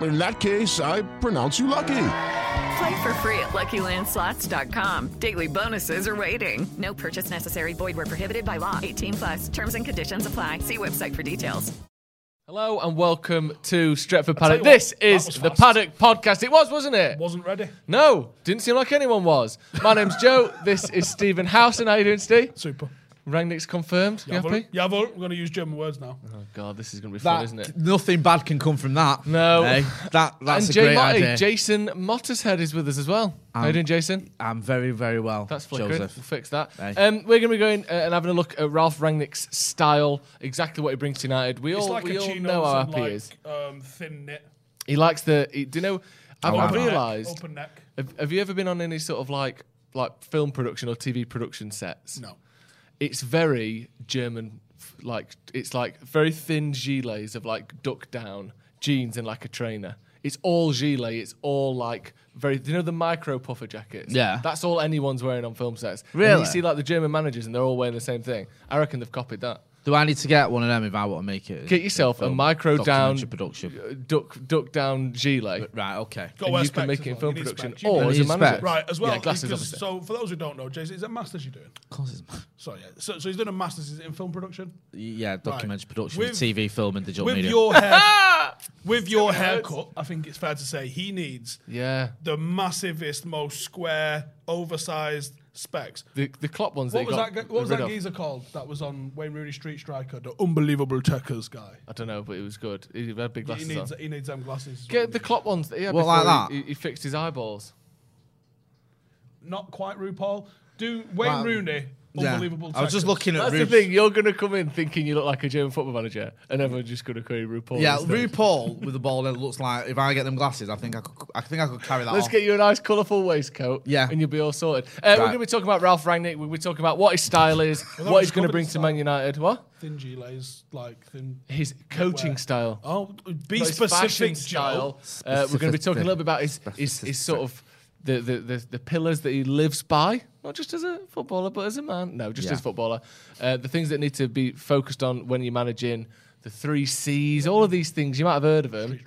In that case, I pronounce you lucky. Play for free at LuckyLandSlots.com. Daily bonuses are waiting. No purchase necessary. Void were prohibited by law. 18 plus. Terms and conditions apply. See website for details. Hello and welcome to Stretford Paddock. tell you what, This that is was the fast. Paddock Podcast. It was, wasn't it? Wasn't ready. No, didn't seem like anyone was. My name's Joe. This is Stephen Howson. How you doing, Steve? Super. Rangnick's confirmed. You happy? Yeah, we're going to use German words now. Oh God, this is going to be fun, That, isn't it? Nothing bad can come from that. No. Eh? that that's and a Jay great Motti, idea. Jason Mottershead is with us as well. How Um, you doing, Jason? I'm very very well. That's flickering. Joseph. We'll fix that. Hey. Um, we're going to be going uh, and having a look at Ralph Rangnick's style, exactly what he brings to United. We It's all like we a all chinos know how and happy like, he is. Um, thin knit, He likes the. He, do you know? I've, I've Open neck, realised. open neck. Have, have you ever been on any sort of like like film production or TV production sets? No. It's very German, f- like it's like very thin gilets of like duck down jeans and like a trainer. It's all gilet. It's all like very. You know the micro puffer jackets. Yeah. That's all anyone's wearing on film sets. And Really? you see like the German managers and they're all wearing the same thing. I reckon they've copied that. Do I need to get one of them if I want to make it? Get yourself a film, micro down documentary production. uh, duck duck down gilet. Right. Okay. Got And wear you can specs make as it in well. film You need production specs. You or need as a specs. manager. Right, as well. Yeah, glasses, because- obviously. so, for those who don't know, Jason, is it masters you're doing? Of course it's- So, yeah. So, so he's doing a masters is it in film production. yeah, documentary production, With- TV, film, and digital With media. your hair, with your haircut, I think it's fair to say he needs Yeah. the massivest, most square, oversized specs. The the Klopp ones What they was got that? ge- What was rid that of. geezer called? That was on Wayne Rooney Street Striker, the unbelievable Techers guy. I don't know, but it was good. He had big He glasses needs, on. he needs them glasses. is what he Get the needs. Klopp ones that he had What, before like that? He, he- he fixed his eyeballs. Not quite RuPaul. Do Wayne Well, Rooney. Yeah. Unbelievable. I was just Techers. looking at That's Ru's- the thing. You're going to come in thinking you look like a German football manager, and everyone's just going to call you RuPaul. Yeah, instead. RuPaul with the ball that looks like if I get them glasses, I think I could I think I could carry that Let's off. get you a nice colourful waistcoat, Yeah. and you'll be all sorted. Uh, We're Right. going to be talking about Ralph Rangnick. We'll be talking about what his style is, that what was he's going to covered bring in to style. Man United. What Thin gilets, like thin. his coaching Where? style. Oh, be Not his fashion specific, style. Joe. Uh, we're going to be talking a little bit about his, his, his Specificity. sort of the, the, the, the pillars that he lives by, not just as a footballer, but as a man. No, just Yeah. as a footballer. Uh, the things that need to be focused on when you're managing the three C's, all of these things. You might have heard of them.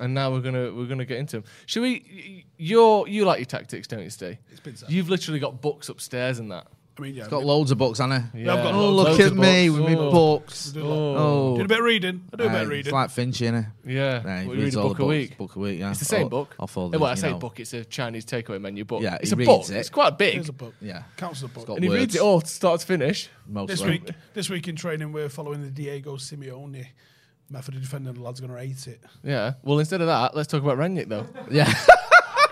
And now we're gonna we're gonna get into them. Should we? You're you like your tactics, don't you, Steve? It's been said. You've literally got books upstairs and that. I mean, yeah. got loads of books, Anna. Yeah. I've got oh, loads look of at me books. with me Oh. books. do, a lot. Oh, Did a bit of reading. I do a bit Aye, of reading. It's Um, like Finch, innit? Yeah. Yeah, he Well, reads all the a books, week. book a week, yeah. It's the same Or- book. or for Eh, the, well, I you say know. book. It's a Chinese takeaway menu book. Yeah, it's he a reads book. it. It's quite big. Here's a book. Yeah. Counts as a book. got and he reads words. it all start to finish. Mostly. This week, this week in training, we're following the Diego Simeone method of defending. The lad's going to hate it. Yeah. Well, instead of that, let's talk about Rangnick though. Yeah.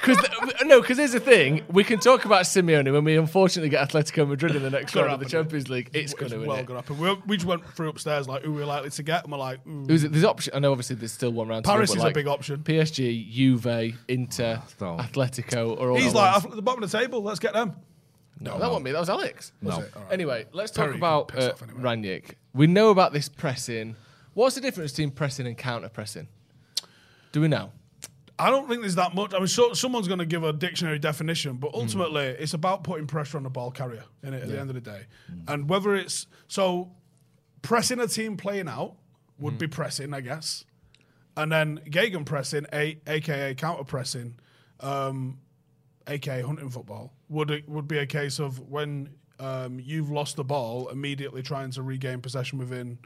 Because no, because here's the thing: we can talk about Simeone when we unfortunately get Atletico Madrid in the next round of the Champions League. It's going to It's win. well it. going to happen. We, we just went through upstairs, like, who we're likely to get, and we're like, ooh. Who's it? There's option. I know, obviously, there's still one round. to go, Paris but, is a like, big option. PSG, Juve, Inter, Oh, no. Atletico, or all. He's at like, once. "Off at the bottom of the table, let's get them. no, that wasn't me. That was Alex. No. Anyway, let's talk Perry can about piss uh, off anyway. Rangnick. We know about this pressing. What's the difference between pressing and counter pressing? Do we know? I don't think there's that much. I mean, so, someone's going to give a dictionary definition, but ultimately, it's about putting pressure on the ball carrier. In it, at the end of the day, and whether it's so pressing a team playing out would be pressing, I guess. And then Gagan pressing, a, aka counter pressing, um, aka hunting football, would it would be a case of when um, you've lost the ball, immediately trying to regain possession within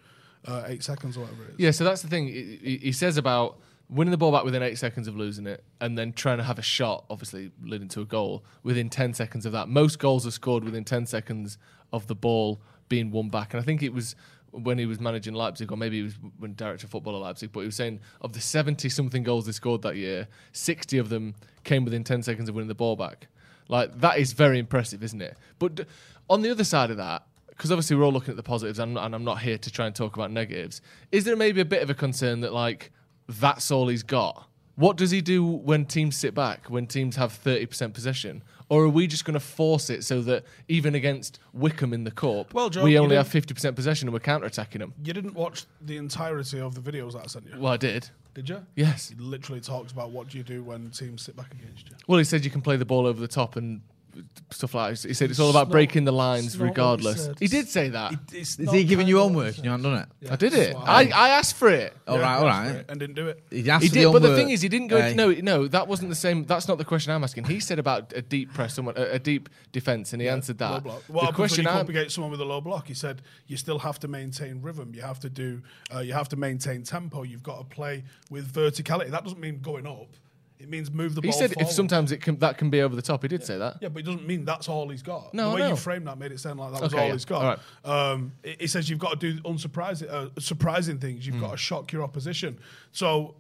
uh, eight seconds or whatever it is. Yeah, so that's the thing. He, he- he says about winning the ball back within eight seconds of losing it and then trying to have a shot, obviously leading to a goal, within 10 seconds of that. Most goals are scored within 10 seconds of the ball being won back. And I think it was when he was managing Leipzig, or maybe he was when director of football at Leipzig, but he was saying of the 70 something goals they scored that year, 60 of them came within 10 seconds of winning the ball back. Like, that is very impressive, isn't it? But d- on the other side of that, because obviously we're all looking at the positives, and, and I'm not here to try and talk about negatives. Is there maybe a bit of a concern that like that's all he's got? What does he do when teams sit back? When teams have 30% possession, or are we just going to force it so that even against Wickham in the cup, Well, Joe, we you only have didn't- 50% possession and we're counter attacking them? You didn't watch the entirety of the videos that I sent you, Well, I did. did you? Yes. It literally talks about what do you do when teams sit back against you. Well, he said you can play the ball over the top and stuff like that. He said it's all about breaking the lines it's not what he regardless. said. He did say that. Is he giving you homework and you haven't done it? I did it. I, I asked for it. All right, all right. And didn't do it. He asked He for did, but the homework. thing is, he didn't go. Eh? Into, no, no, that wasn't the same. That's not the question I'm asking. He said about a deep press, someone a, a deep defense, and he answered Low that. block. Well, the question question you come up I'm, against someone with a low block, he said you still have to maintain rhythm. You have to do. Uh, you have to maintain tempo. You've got to play with verticality. That doesn't mean going up. It means move the he ball. said if forward. sometimes it can that can be over the top. He did say that. Yeah, but it doesn't mean that's all he's got. No, the I way know. you framed that made it sound like that was Okay, all yeah. he's got. Um, it, it says you've got to do unsurprising, uh, surprising things. Hmm. You've got to shock your opposition. So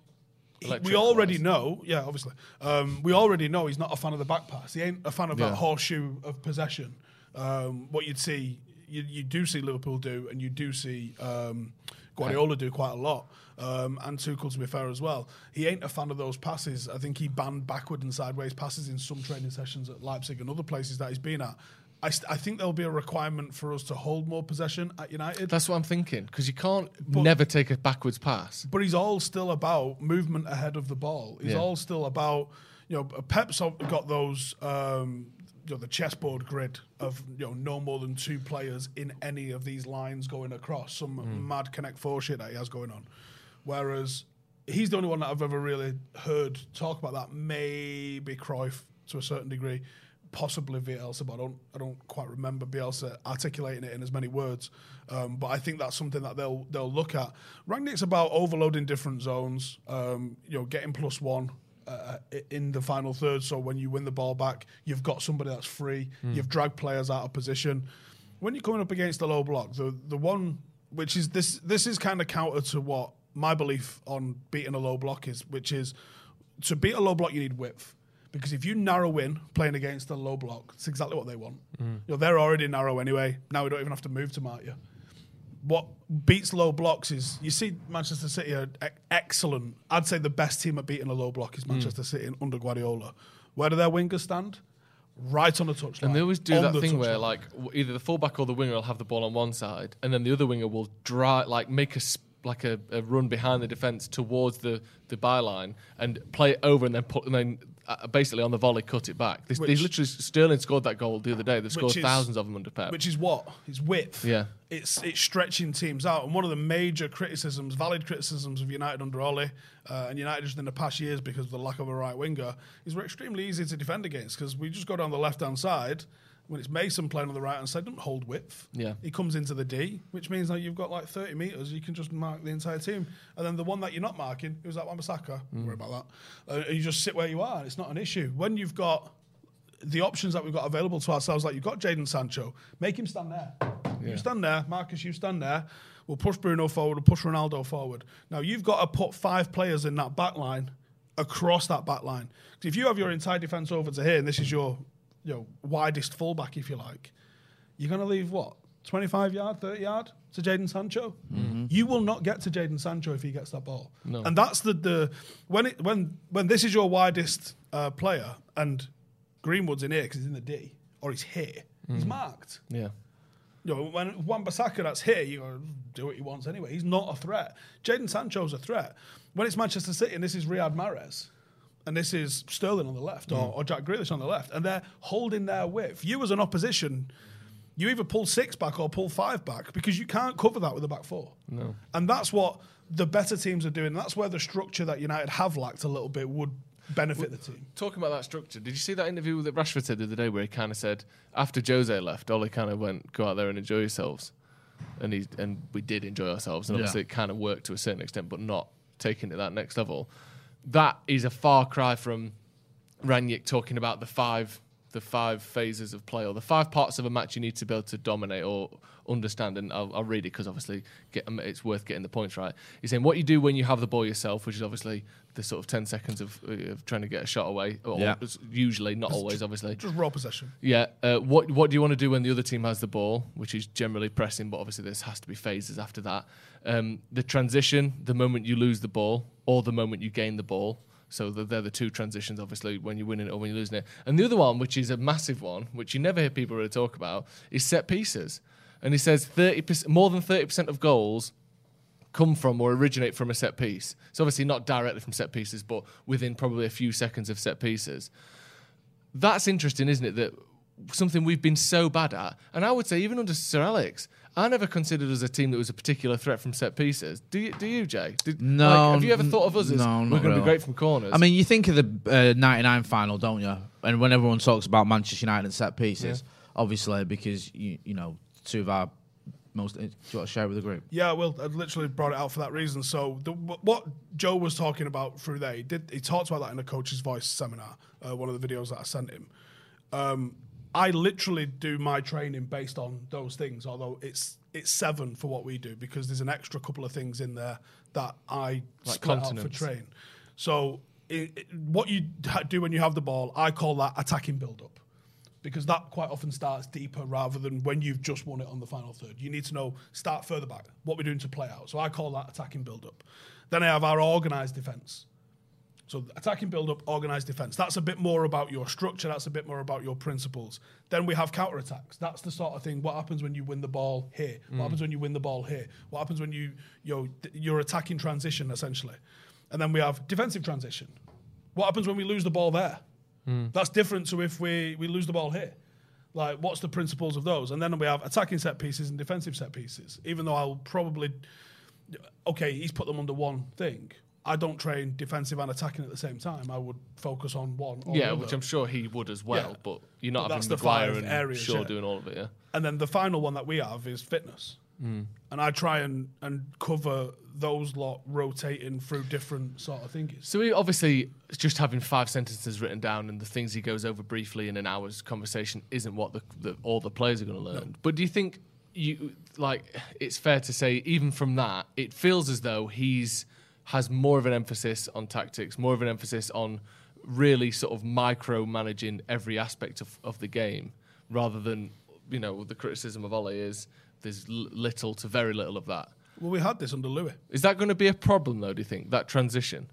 he- we already know. Yeah, obviously, um, we already know he's not a fan of the back pass. He ain't a fan of Yeah. that horseshoe of possession. Um, what you'd see, you, you do see Liverpool do, and you do see um, Guardiola do quite a lot. Um, and Tuchel, to be fair, as well. He ain't a fan of those passes. I think he banned backward and sideways passes in some training sessions at Leipzig and other places that he's been at. I, st- I think there'll be a requirement for us to hold more possession at United. That's what I'm thinking because you can't never take a backwards pass. But he's all still about movement ahead of the ball. He's Yeah. all still about, you know, Pep's al- got those, um, you know, the chessboard grid of, you know, no more than two players in any of these lines going across, some mad Connect Four shit that he has going on. Whereas he's the only one that I've ever really heard talk about that. Maybe Cruyff to a certain degree, possibly Bielsa, but I don't, I don't quite remember Bielsa articulating it in as many words. Um, but I think that's something that they'll they'll look at. Rangnick's about overloading different zones. Um, you know, getting plus one. Uh, i- in the final third, so when you win the ball back, you've got somebody that's free. You've dragged players out of position. When you're coming up against the low block, the the one which is this this is kind of counter to what my belief on beating a low block is, which is to beat a low block you need width. Because if you narrow in playing against a low block, it's exactly what they want. Mm. You know, they're already narrow anyway. Now we don't even have to move to mark you what beats low blocks is you see Manchester City are e- excellent. I'd say the best team at beating a low block Mm. is Manchester City under Guardiola. Where do their wingers stand? Right on the touchline. And they always do On that the thing where touchline. like w- either the fullback or the winger will have the ball on one side, and then the other winger will drive like make a s- like a, a run behind the defense towards the the byline and play it over, and then put and then uh, basically on the volley cut it back. This, Which- these literally Sterling scored that goal the other day. They've scored Which is- thousands of them under Pep. Which is what? It's width. Yeah. It's it's stretching teams out. And one of the major criticisms, valid criticisms of United under Ole uh, and United just in the past years because of the lack of a right winger is we're extremely easy to defend against because we just go down the left hand side. When it's Mason playing on the right hand side, doesn't hold width. Yeah. He comes into the D, which means that you've got like 30 metres, you can just mark the entire team. And then the one that you're not marking, it was like Wamasaka, Mm. Don't worry about that. Uh, and you just sit where you are, and it's not an issue. When you've got the options that we've got available to ourselves, like you've got Jaden Sancho, make him stand there. You stand there, Marcus, you stand there. We'll push Bruno forward, we'll push Ronaldo forward. Now you've got to put five players in that back line across that back line. 'Cause if you have your entire defence over to here, and this is your you know, widest fullback, if you like, you're going to leave what? 25 yard, 30 yard to Jaden Sancho? You will not get to Jaden Sancho if he gets that ball. And that's the, the when, it, when, when this is your widest uh, player and Greenwood's in here because he's in the D or he's here, he's marked. yeah. You know, when Wan Bissaka that's here, you go do what he wants anyway. He's not a threat. Jaden Sancho's a threat. When it's Manchester City and this is Riyad Mahrez, and this is Sterling on the left or, or Jack Grealish on the left, and they're holding their width. You as an opposition, you either pull six back or pull five back because you can't cover that with a back four. No. And that's what the better teams are doing. That's where the structure that United have lacked a little bit would benefit the team. Talking about that structure, did you see that interview that Rashford said the other day where he kind of said after Jose left, Ollie kind of went, "Go out there and enjoy yourselves," and he and we did enjoy ourselves, and Yeah. obviously it kind of worked to a certain extent, but not taking it to that next level. That is a far cry from Ranić talking about the five the five phases of play or the five parts of a match you need to be able to dominate or understand. And I'll, I'll read it because obviously get, um, it's worth getting the points right. He's saying what you do when you have the ball yourself, which is obviously the sort of ten seconds of, uh, of trying to get a shot away. Or Yeah. it's usually not always, obviously. Just raw possession. Yeah. Uh, what What do you want to do when the other team has the ball, which is generally pressing, but obviously there has to be phases after that. Um, the transition, the moment you lose the ball, or the moment you gain the ball. So the, they're the two transitions, obviously, when you're winning it or when you're losing it. And the other one, which is a massive one, which you never hear people really talk about, is set pieces. And he says thirty percent, more than thirty percent of goals come from or originate from a set piece. So obviously not directly from set pieces, but within probably a few seconds of set pieces that's interesting, isn't it? That something we've been so bad at, and I would say even under Sir Alex, I never considered us a team that was a particular threat from set pieces. Do you? Do you, Jay? Did, No. like, have you ever thought of us as no, we're not going to really. be great from corners? I mean, you think of the uh, 99 final, don't you? And when everyone talks about Manchester United and set pieces, obviously, because, you, you know, two of our most. eh, Do you want to share with the group? Yeah, well, I literally brought it out for that reason. So the, wh- what Joe was talking about through there, he did. He talked about that in a coach's voice seminar, uh, one of the videos that I sent him. Um, I literally do my training based on those things, although it's it's seven for what we do because there's an extra couple of things in there that I Like split out for continents. train. So it, it- what you ha- do when you have the ball, I call that attacking build up because that quite often starts deeper rather than when you've just won it on the final third. You need to know start further back what we're doing to play out. So I call that attacking build up. Then I have our organised defence. So attacking build up, organised defence. That's a bit more about your structure. That's a bit more about your principles. Then we have counter attacks. That's the sort of thing. What happens when you win the ball here? What happens when you win the ball here? What happens when you you're, you're attacking transition essentially? And then we have defensive transition. What happens when we lose the ball there? That's different to if we we lose the ball here. Like, what's the principles of those? And then we have attacking set pieces and defensive set pieces. Even though I'll probably okay, he's put them under one thing. I don't train defensive and attacking at the same time. I would focus on one. Or the yeah, other. which I'm sure he would as well. Yeah. But you're not But that's having the Maguire five and areas, Shaw yeah. doing all of it. Yeah. And then the final one that we have is fitness. Hmm. And I try and, and cover those lot rotating through different sort of thingies. So he obviously just having five sentences written down and the things he goes over briefly in an hour's conversation isn't what the, the all the players are going to learn. But do you think you like it's fair to say even from that it feels as though he's has more of an emphasis on tactics, more of an emphasis on really sort of micromanaging every aspect of, of the game rather than you know the criticism of Ollie is there's l- little to very little of that. Well, we had this under Louis. Is that going to be a problem, though, do you think, that transition?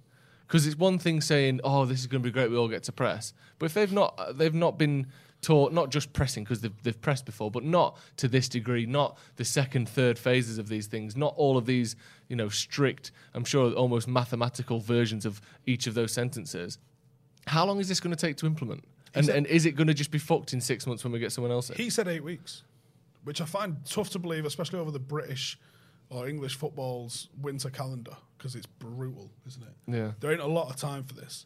Because it's one thing saying, oh, this is going to be great, we all get to press. But if they've not, uh, they've not been taught, not just pressing, because they've, they've pressed before, but not to this degree, not the second, third phases of these things, not all of these, you know, strict, I'm sure almost mathematical versions of each of those sentences. How long is this going to take to implement? And, and is it going to just be fucked in six months when we get someone else in? He said eight weeks, which I find tough to believe, especially over the British or English football's winter calendar, because it's brutal, isn't it? Yeah. There ain't a lot of time for this.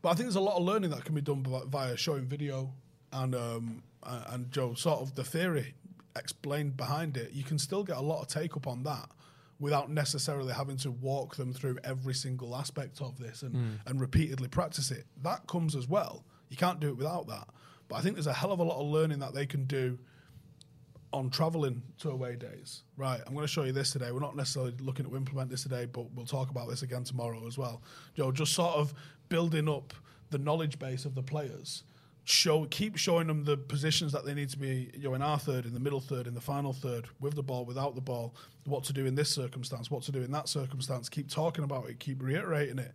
But I think there's a lot of learning that can be done by, via showing video and, um, a- and Joe, sort of the theory explained behind it. You can still get a lot of take up on that without necessarily having to walk them through every single aspect of this and, and repeatedly practice it. That comes as well. You can't do it without that. But I think there's a hell of a lot of learning that they can do on traveling to away days. Right, I'm going to show you this today. We're not necessarily looking to implement this today, but we'll talk about this again tomorrow as well. Joe, just sort of building up the knowledge base of the players. Show, keep showing them the positions that they need to be. You know, in our third, in the middle third, in the final third, with the ball, without the ball, what to do in this circumstance, what to do in that circumstance. Keep talking about it, keep reiterating it,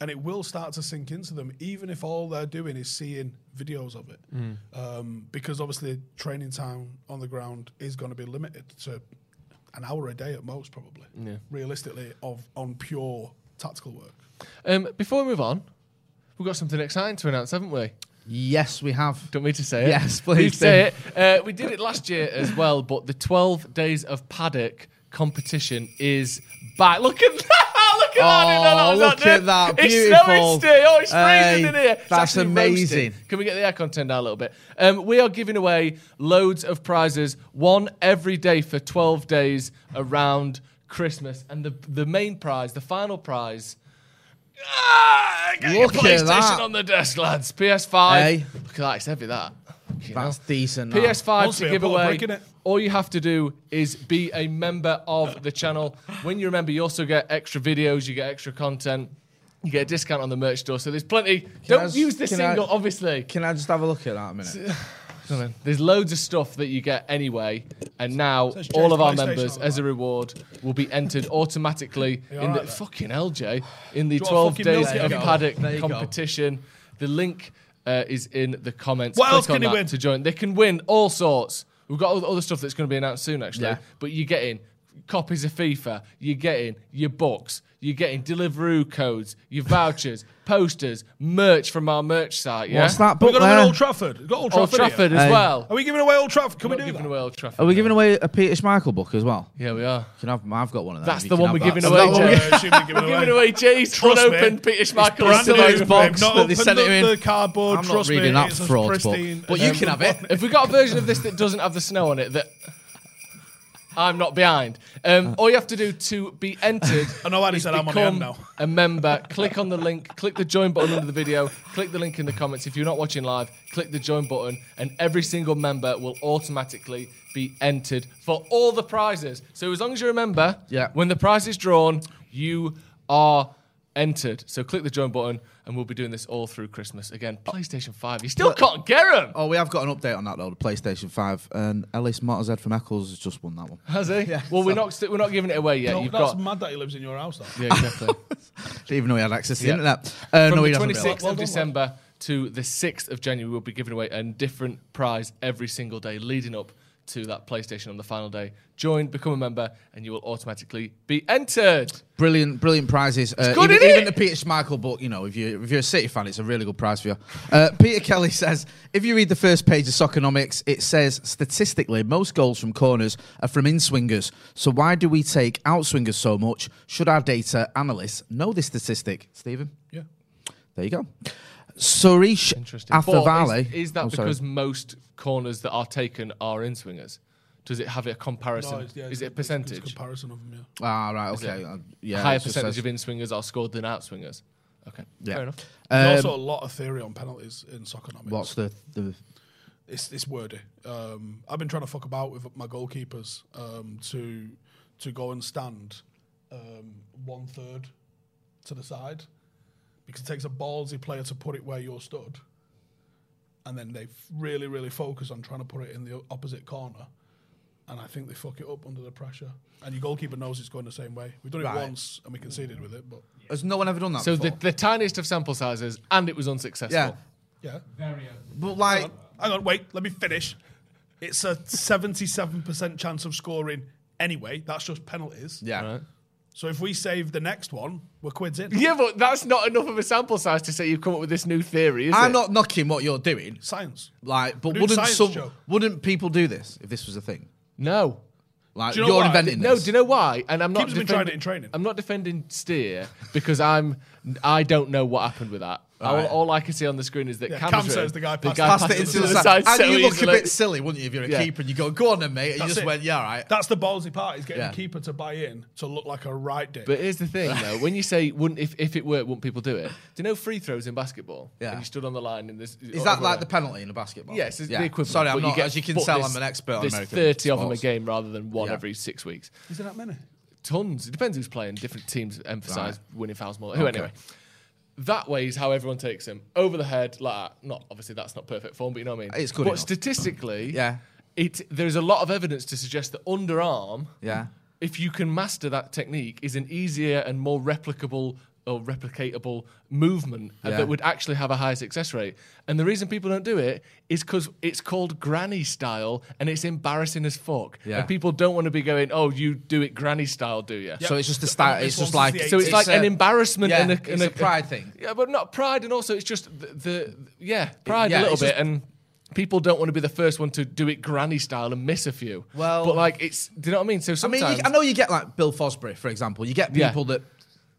and it will start to sink into them, even if all they're doing is seeing videos of it um, because obviously training time on the ground is going to be limited to an hour a day at most, probably. Realistically, of on pure tactical work. Um, before we move on, we've got something exciting to announce, haven't we? Yes, we have. Don't mean to say it. Yes, please We say it. Uh, we did it last year as well, but the 12 Days of Paddock competition is back. Look at that. Look at that. No, Oh, that was look at that. that. It's Beautiful. snowing today. Oh, it's freezing Hey, in here. It's that's actually amazing. roasting. Can we get the aircon turned down a little bit? Um, we are giving away loads of prizes, one every day for 12 days around Christmas. And the, the main prize, the final prize. Ah, get your Look at PlayStation that. on the desk, lads. PS5. Hey. Look at that. It's heavy, that. You know? That's decent. that. PS5 Must be to a give ball away. break, innit? All you have to do is be a member of the channel. When you remember, you also get extra videos, you get extra content, you get a discount on the merch store. So there's plenty. Don't I s- use the can I- single, obviously. Can I just have a look at that a minute? There's loads of stuff that you get anyway, and now Says all of Jay's our PlayStation members, on the as a line. reward, will be entered automatically in alright the there? fucking LJ in the Do you want 12 fucking days milk? There of you go. paddock There you go. competition. The link uh, is in the comments. What Click else on can he that win? to join? They can win all sorts. We've got all other stuff that's going to be announced soon, actually. Yeah. But you're getting copies of FIFA. You're getting your books. You're getting Deliveroo codes, your vouchers, posters, merch from our merch site. Yeah? What's that We're book going to win there? Old Trafford. We've got Old Trafford. Old Trafford here. as Hey. well. Are we giving away Old Trafford? Can We're we not do giving that? away Old Trafford. Are we giving no. away a Peter Schmeichel book as well? Yeah, we are. Can I have, I've got one of them. That's if the you can one have we're giving that. away, Well, Jay. uh, should we give it We're giving away? away Jay's Trust me. unopened Peter Schmeichel brand still new. in his They've box. Not that they opened sent the, him in. the cardboard. I'm not Trust me, reading that it's as fraud book. pristine But as you can have it. If we got a version of this that doesn't have the snow on it, that I'm not behind. Uh. Um, all you have to do to be entered. I know Andy is said I'm on my become own now. A member. Click on the link. Click the join button under the video. Click the link in the comments. If you're not watching live, click the join button, and every single member will automatically be entered for all the prizes. So as long as you remember, Yeah. when the prize is drawn, you are. Entered. So click the join button, and we'll be doing this all through Christmas. Again, PlayStation 5. You still can't get them. Oh, we have got an update on that though, the PlayStation 5. And Ellis Mottershead from Eccles has just won that one. Has he? well, we're not st- we're not giving it away yet. No, You've that's got mad that he lives in your house. Though. yeah, exactly. Didn't even know he had access to Yeah. the internet. Uh, From no, he the doesn't. 26th really. of December to the 6th of January, we'll be giving away a different prize every single day leading up to that PlayStation on the final day. Join, become a member, and you will automatically be entered. Brilliant, brilliant prizes. Uh, good, even, innit? even the Peter Schmeichel book, you know, if you if you're a City fan, it's a really good prize for you. Uh, Peter Kelly says, if you read the first page of Soccernomics, it says statistically most goals from corners are from in swingers. So why do we take out swingers so much? Should our data analysts know this statistic, Stephen? Yeah. There you go. Suresh Interesting. But Athavale. Is, is that Oh, sorry. because most corners that are taken are in swingers? Does it have a comparison? No, it's- yeah, is it a it's- it's- percentage? It's a comparison of them. Yeah. Ah, right. Okay. Uh, yeah. Higher it just percentage says- of in swingers are scored than out swingers. Okay, Yeah. Um, fair enough. There's also a lot of theory on penalties in Soccernomics. What's the the? it's it's wordy. Um, I've been trying to fuck about with my goalkeepers um, to to go and stand um, one third to the side because it takes a ballsy player to put it where you're stood, and then they f- really really focus on trying to put it in the o- opposite corner, and I think they fuck it up under the pressure. And your goalkeeper knows it's going the same way. We've done Right. it once and we conceded with it, but Has no one ever done that? So the, before? the tiniest of sample sizes, and it was unsuccessful. yeah, yeah. but like. Hang on, wait, let me finish. It's a 77% chance of scoring anyway. That's just penalties. Yeah. So if we save the next one, we're quids in. Yeah, but that's not enough of a sample size to say you've come up with this new theory, is I'm it? not knocking what you're doing, Science. like, We're but doing wouldn't science, some, Joe. wouldn't people do this if this was a thing? No. Like, Do you know are why? inventing No, this. do you know why? And I'm not Keeps been trying it in training. I'm not defending Steer because I'm I don't know what happened with that. All, Right. all I can see on the screen is that Yeah, Cam's Cam written, says the guy passed it- Passed Pass it into to the the side, so and you look easily. a bit silly, wouldn't you, if you're a Yeah. keeper and you go, "Go on, then, mate." And you That's just it. went, "Yeah, all right." That's the ballsy part, is getting Yeah. the keeper to buy in to look like a right dick. But here's the thing, though. When you say wouldn't if, if it worked, wouldn't people do it? Do you know free throws in basketball? Yeah. And you stood on the line and this Is that like the penalty in a basketball? Yes, it's Yeah. the equivalent. Sorry, I'm but not. get- as you can but tell, there's- I'm an expert on There's American 30 of them a sports. game rather than one Yeah. every six weeks. is there that many? Tons. It depends who's playing. Different teams emphasise winning fouls more. Who Okay. anyway? That way is how everyone takes him over the head. Like that. not obviously that's not perfect form, but you know what I mean. It's good But enough. statistically, Yeah. it there's a lot of evidence to suggest that underarm, Yeah. if you can master that technique, is an easier and more replicable or replicatable movement uh, Yeah. that would actually have a higher success rate. And the reason people don't do it is because it's called granny style and it's embarrassing as fuck. Yeah. And people don't want to be going, oh, you do it granny style, do you? So it's just a style. This It's just one's like the So it's, It's like an a- embarrassment yeah, and, a, it's and a pride thing. Yeah, but not pride, and also it's just the, the yeah pride yeah, a little it's bit, just- and people don't want to be the first one to do it granny style and miss a few. Well- but like it's do you know what I mean? So I mean, sometimes you, I know you get like Bill Fosbury, for example. You get Yeah. people that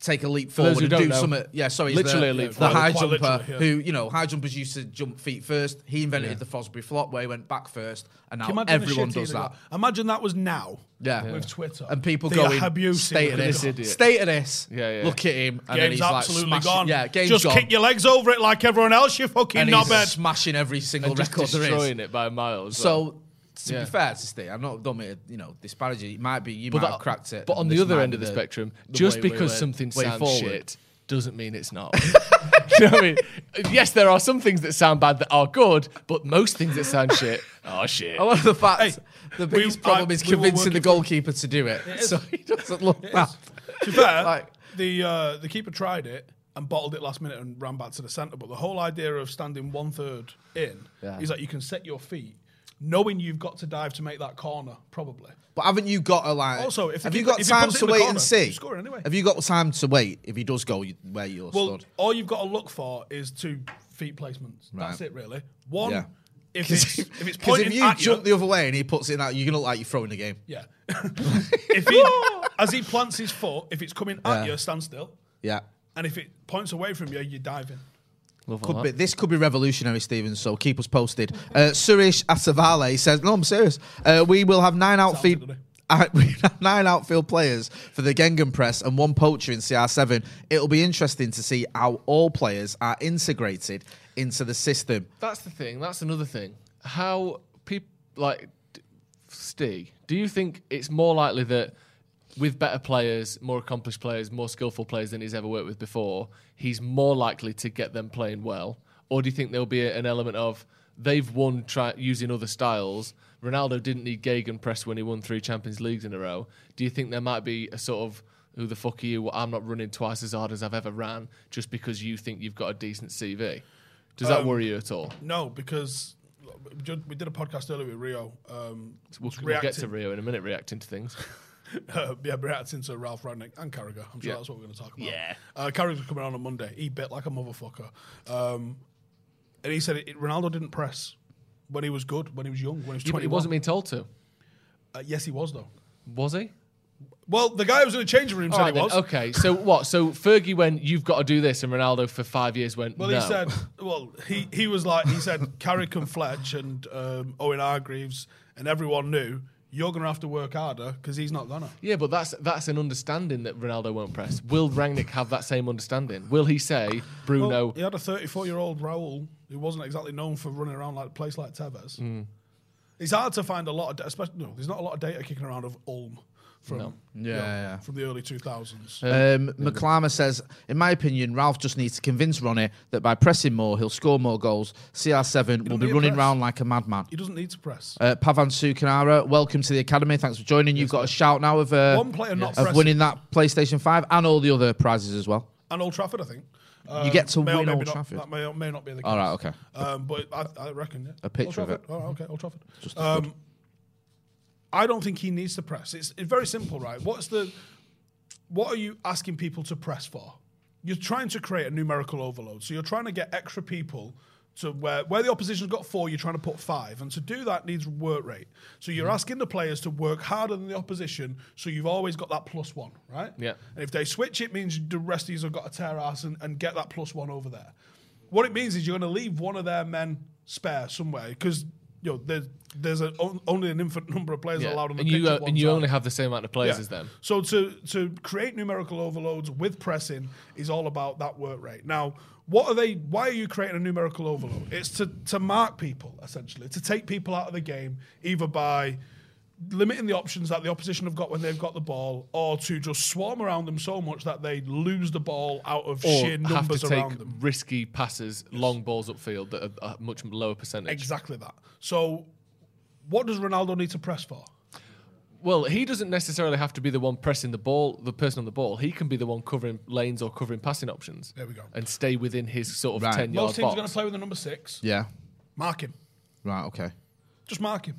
take a leap For those forward who and don't do know, something. Yeah, sorry, he's literally the, a leap the forward. high Quite jumper literally, yeah. who you know high jumpers used to jump feet first. He invented the Fosbury flop where he went back first, and now Can you imagine the Oh, everyone shit does he's that. got? Imagine that was now. Yeah. With Twitter. And people The going abuse stay he to would've this, got. Idiot. stay to this. Yeah, yeah. Look at him, and then game's he's absolutely like smashing, gone. Yeah, game's Just gone. kick your legs over it like everyone else, you fucking and he's knobhead. smashing every single and just record there is. destroying it by miles. So to Yeah. be fair to Steve, I'm not don't mean to, you know disparage you. It might be you might that- have cracked it. But on and the this other might end be of the, spectrum, the just way- way- because way- something way sounds forward. shit doesn't mean it's not. you know what I mean? Yes, there are some things that sound bad that are good, but most things that sound shit are shit. I love the fact Hey, the we- biggest problem I- is we were convincing the working goalkeeper to do it, so he doesn't look bad. to be fair, Like- the uh, the keeper tried it and bottled it last minute and ran back to the centre. But the whole idea of standing one third in Yeah. is that you can set your feet, knowing you've got to dive to make that corner. Probably. But haven't you got a like? Also, if the have you keeper- got if he time puts it to in the wait corner, and see? he's scoring anyway. Have you got time to wait if he does go you- where you're Well, stood? all you've got to look for is two feet placements. That's Right. it, really. One, Yeah. if, Because it's, if it's pointing if you at jump you, the other way and he puts it in that, you're gonna look like you're throwing the game. yeah. if he, as he plants his foot, if it's coming at Yeah. you, stand still. Yeah. And if it points away from you, you're diving. Could be, this could be revolutionary, Stephen. So keep us posted. Uh, Suresh Asavale says, "No, I'm serious. Uh, we will have nine outfield, Sounds we have nine outfield players for the Gengen press and one poacher in CR7. It'll be interesting to see how all players are integrated into the system. That's the thing. That's another thing. How people like d- Steve? Do you think it's more likely that with better players, more accomplished players, more skillful players than he's ever worked with before, he's more likely to get them playing well? Or do you think there'll be a- an element of they've won try, using other styles? Ronaldo didn't need Gagan press when he won three Champions Leagues in a row. Do you think there might be a sort of who the fuck are you? Well, I'm not running twice as hard as I've ever ran just because you think you've got a decent CV. Does that worry you at all? No, because we ju- we did a podcast earlier with Rio. Um, We'll, just we'll get to reacting- Rio in a minute, reacting to things. Uh, yeah, reacting to Ralph Radnick and Carragher. I'm sure Yeah. that's what we're going to talk about. Yeah. Uh, Carragher's coming on on Monday. He bit like a motherfucker. Um, and he said it, Ronaldo didn't press when he was good, when he was young, when he was Yeah, but 21. he wasn't being told to, uh, yes, he was, though. was he? Well, the guy who was in the changing room said Alright he Oh, then, was. Okay, so what? So Fergie went, "You've got to do this," and Ronaldo for five years went, Well, "No." he said, well, he, he was like, he said, Carrick and Fletch and um, Owen Hargreaves and everyone knew you're going to have to work harder because he's not going to. "Yeah, but that's that's an understanding that Ronaldo won't press." Will Rangnick have that same understanding? Will he say, "Bruno, Well, he had a 34 year old Raul who wasn't exactly known for running around like a place like Tevez. Hmm. It's hard to find a lot of, da- especially, no, there's not a lot of data kicking around of Ulm from, you know, yeah. from the early 2000s. Um, McClama says, in my opinion, Ralph just needs to convince Ronnie that by pressing more, he'll score more goals. CR7 will don't be need a running press. round like a madman. he doesn't need to press. Uh, Pavan Sukanara, welcome to the academy. Thanks for joining. You've got a shout now of uh, One player not of pressing. winning that PlayStation Five and all the other prizes as well. and Old Trafford, I think. You get to may or win may Old be not- Trafford. That may, or may not be the case. All right, okay. Um, but I, I reckon, yeah. A picture Old of it. Trafford. Oh, okay, Old Trafford. Um, I don't think he needs to press. It's, it's very simple, right? What's the, what are you asking people to press for? You're trying to create a numerical overload. So you're trying to get extra people to where, where the opposition's got four, you're trying to put five. And to do that needs work rate. So you're asking the players to work harder than the opposition. So you've always got that plus one, right? Yeah. And if they switch, it means the rest of these have got to tear ass and, and get that plus one over there. What it means is you're going to leave one of their men spare somewhere because you know there's there's a, on- only an infinite number of players Yeah, allowed on the and pitch. you at uh, one and you time. only have the same amount of players Yeah. as them." So to to create numerical overloads with pressing is all about that work rate. Now, what are they? Why are you creating a numerical overload? It's to to mark people essentially, to take people out of the game either by limiting the options that the opposition have got when they've got the ball, or to just swarm around them so much that they lose the ball out of Or sheer have to numbers take around them. risky passes, long balls upfield that are, are much lower percentage. Exactly that. So, what does Ronaldo need to press for? Well, he doesn't necessarily have to be the one pressing the ball, the person on the ball. He can be the one covering lanes or covering passing options. There we go. And stay within his sort of Right. ten Most yard teams are going box. to play with the number six. Yeah. Mark him. Right. Okay. Just mark him.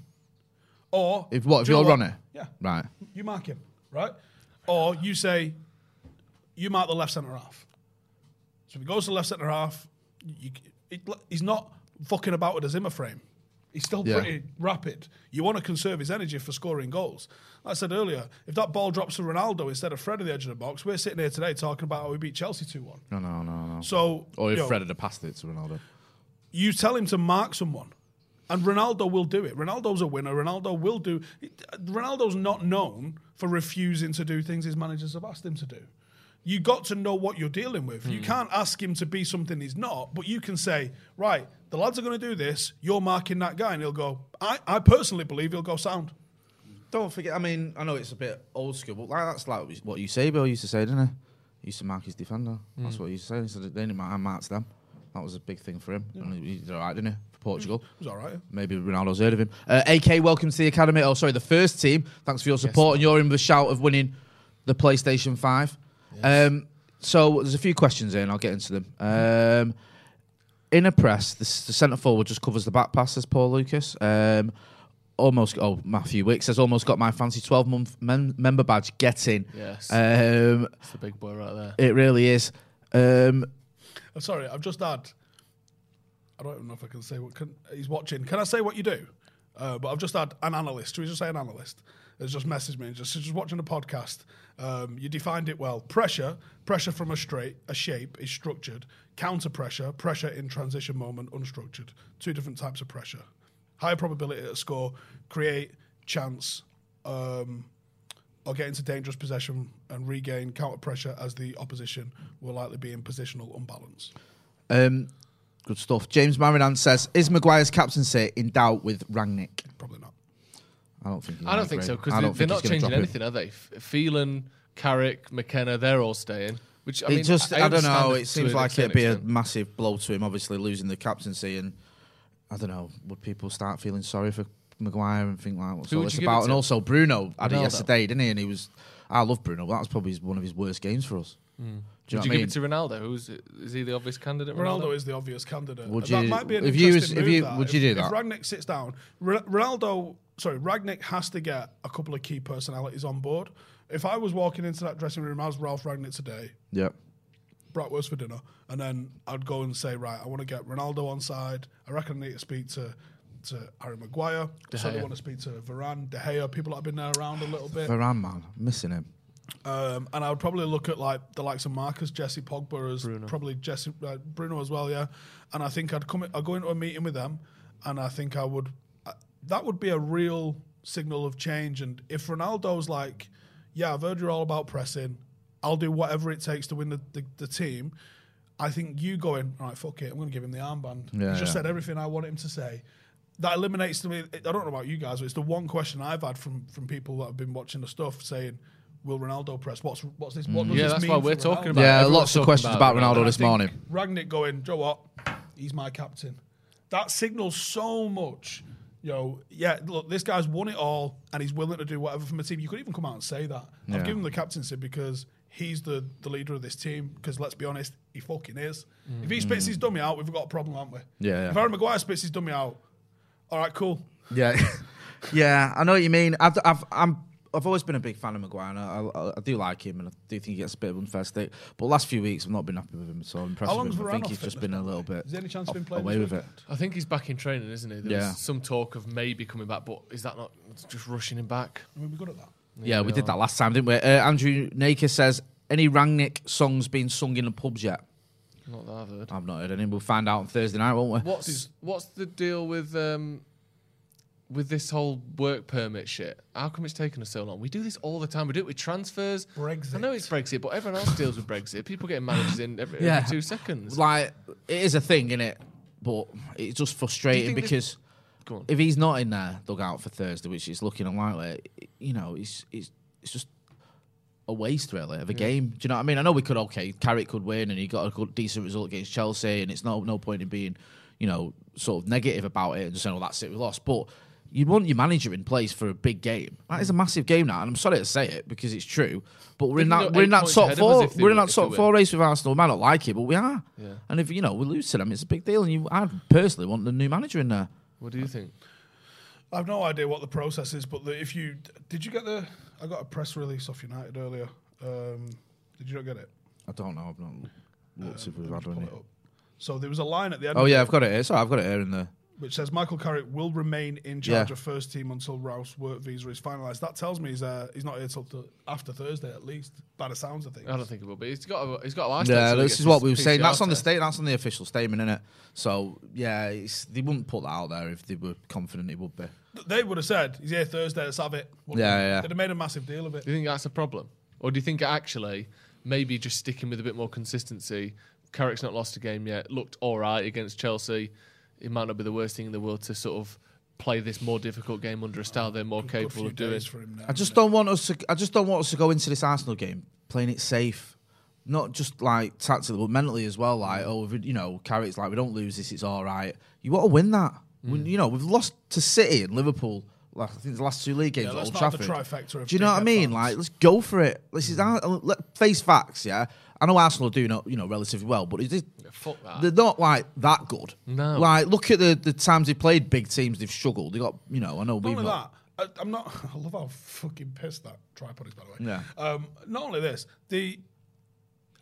Or If what? If Do you you're know what? runner. Yeah. Right. You mark him, right? Or you say, you mark the left centre half. So if he goes to the left centre half, you, it, he's not fucking about with a Zimmer frame. He's still Yeah. pretty rapid. You want to conserve his energy for scoring goals. Like I said earlier, if that ball drops to Ronaldo instead of Fred at the edge of the box, we're sitting here today talking about how we beat Chelsea 2 1. No, no, no, no. So, Or you, if know, Fred had passed it to Ronaldo. you tell him to mark someone, and Ronaldo will do it. Ronaldo's a winner. Ronaldo will do. Ronaldo's not known for refusing to do things his managers have asked him to do. You got to know what you're dealing with. You can't ask him to be something he's not, but you can say, right, the lads are going to do this. You're marking that guy, and he'll go. I, I personally believe he'll go sound. Don't forget. I mean, I know it's a bit old school, but like, that's like what Eusebio used to say, didn't he? He used to mark his defender. That's what he used to say. He said, "Then he mar- I marked them." That was a big thing for him. And he, he did all right, didn't he? For Portugal. It was all right. Maybe Ronaldo's heard of him. Uh, AK, welcome to the academy. Oh, sorry, the first team. Thanks for your support, and you're in with a shout of winning the PlayStation Five. Um, so there's a few questions here, and I'll get into them. Um, in a press, this, the centre forward just covers the back pass, says Paul Lucas. Um, almost, oh, Matthew Wicks has almost got my fancy 12 month mem- member badge getting. Yes. Um, It's the big boy right there. it really is. Um, I'm Oh, sorry, I've just had. I don't even know if I can say what can, he's watching. Can I say what you do? Uh, but I've just had an analyst. Should we just say an analyst? Has just messaged me and just said, just watching a podcast. Um, you defined it well. Pressure, pressure from a straight a shape is structured. Counter pressure, pressure in transition moment unstructured. Two different types of pressure. High probability to score, create chance, um, or get into dangerous possession and regain counter pressure as the opposition will likely be in positional unbalance. um, good stuff. James Marinan says, Is Maguire's captaincy in doubt with Rangnick? Probably not. I don't think. he's I gonna don't think agree. so I because don't they're think not he's gonna changing drop him. anything, are they? F- Phelan, Carrick, McKenna, they're all staying. Which I mean, it just, I, don't understand know. it It to seems an like extent it'd be a extent. massive blow to him, obviously losing the captaincy, and I don't know. Would people start feeling sorry for Maguire and think like, what's Who all would this you give it about? And to? also Bruno had it Ronaldo. yesterday, didn't he? And he was, I love Bruno, but that was probably his- one of his worst games for us. Do you Hmm. Would know you what I give mean? it to Ronaldo? Who's is he the obvious candidate? Ronaldo, Ronaldo, is the obvious candidate. Would that you- might be an if you was- interesting if move, you- that. would you If- do If that? Ragnick sits down, R- Ronaldo, sorry, Ragnick has to get a couple of key personalities on board. If I was walking into that dressing room, I was Ralph Ragnick today, Yeah. bratwurst for dinner, and then I'd go and say, right, I want to get Ronaldo on side. I reckon I need to speak to to Harry Maguire. I So want to speak to Varane, De Gea, people that have been there around a little bit. Varane, man, missing him. Um, and I would probably look at like the likes of Marcus, Jesse Pogba, as probably Jesse uh, Bruno as well, yeah. And I think I'd come, I'd go into a meeting with them, and I think I would, uh, that would be a real signal of change. And if Ronaldo's like, yeah, I've heard you're all about pressing, I'll do whatever it takes to win the, the, the team. I think you going, all right, fuck it, I'm going to give him the armband. Yeah, he just yeah. said everything I wanted him to say. That eliminates to me. I don't know about you guys, but it's the one question I've had from from people that have been watching the stuff saying, "Will Ronaldo press? What's what's this? What does Yeah, this that's mean why for we're Ronaldo?" talking about. Yeah, everyone's lots of talking questions about Ronaldo And I this think morning. Ragnick going, Joe, what? He's my captain. That signals so much. You know, yeah, look, this guy's won it all and he's willing to do whatever for my team. You could even come out and say that. Yeah. I've given him the captaincy because he's the, the leader of this team. Because let's be honest, he fucking is. If he spits his dummy out, we've got a problem, haven't we? Mm. Yeah, yeah. If Harry Maguire spits his dummy out, all right, cool. Yeah, yeah, I know what you mean. I've, I've, I'm, I've always been a big fan of Maguire. And I, I, I do like him, and I do think he gets a bit of unfair stick. But last few weeks, I've not been happy with him, so I'm impressed How long's with him. Varane I think off he's just fitness, been a by the little way? bit Is there any chance of off- him playing away this with it. weekend? I think he's back in training, isn't he? There Yeah. was some talk of maybe coming back, but is that not just rushing him back? I mean, we're good at that. Yeah, we did that last time, didn't we? Uh, Andrew Naker says, any Rangnick songs being sung in the pubs yet? Not that I've heard. I've not heard any. We'll find out on Thursday night, won't we? What's what's the deal with um with this whole work permit shit? How come it's taken us so long? We do this all the time. We do it with transfers. I know it's Brexit, but everyone else deals with Brexit. People getting managers in every, Yeah. every two seconds. Like, it is a thing, isn't it? But it's just frustrating think this- because Go on. if he's not in there dug out for Thursday, which is looking unlikely, you know, it's it's it's just a waste really of a game. Do you know what I mean? I know we could okay, Carrick could win, and he got a good decent result against Chelsea, and it's no no point in being you know sort of negative about it and just saying, "Oh, that's it, we lost." But you want your manager in place for a big game. That is a massive game now, and I'm sorry to say it because it's true. But we're in They've that got we're in eight that points top ahead of us four if they we're in win- that if they top win. four race with Arsenal. We might not like it, but we are. Yeah. And if you know we lose to them, it's a big deal. And you, I personally want the new manager in there. What do you think? I've no idea what the process is, but the, if you did, you get the? I got a press release off United earlier. Um, did you not get it? I don't know. I've not looked if we've had Pull one. it up. So there was a line at the end. Oh of yeah, it. I've got it. Here. Sorry, I've got it here in the which says Michael Carrick will remain in charge Yeah. of first team until Ralph's work visa is finalised. That tells me he's uh, he's not here till th- after Thursday at least, by the sounds of things. I don't think it will be. He's got a, he's got a license. Yeah, this is what we were saying. That's on the state. That's on the official statement, isn't it? So yeah, it's, they wouldn't put that out there if they were confident it would be. Th- They would have said he's here Thursday. Let's have it. wouldn't Yeah, they? yeah. They'd have made a massive deal of it. Do you think that's a problem, or do you think actually maybe just sticking with a bit more consistency? Carrick's not lost a game yet. Looked all right against Chelsea. It might not be the worst thing in the world to sort of play this more difficult game under a style they're more Good capable few of doing. days for him now. I just don't want us to. I just don't want us to go into this Arsenal game playing it safe, not just like tactically, but mentally as well. Like, oh, if we- you know, Carrick's like, we don't lose this, it's all right. You want to win that. We- Mm. you know, we've lost to City and Liverpool. Like, I think the last two league games Yeah, at let's Old not have Trafford. the trifecta of Mm. Do you know what I dickhead mean? fans. Like, let's go for it. This is our, let, face facts. Yeah, I know Arsenal do not, you know, relatively well, but it is, fuck that. they're not like that good. No. like look at the the times they played big teams, they've struggled. They got, you know, I know Not we've only not. that, I, I'm not. I love how fucking pissed that tripod is, by the way. Yeah. Um, not only this, the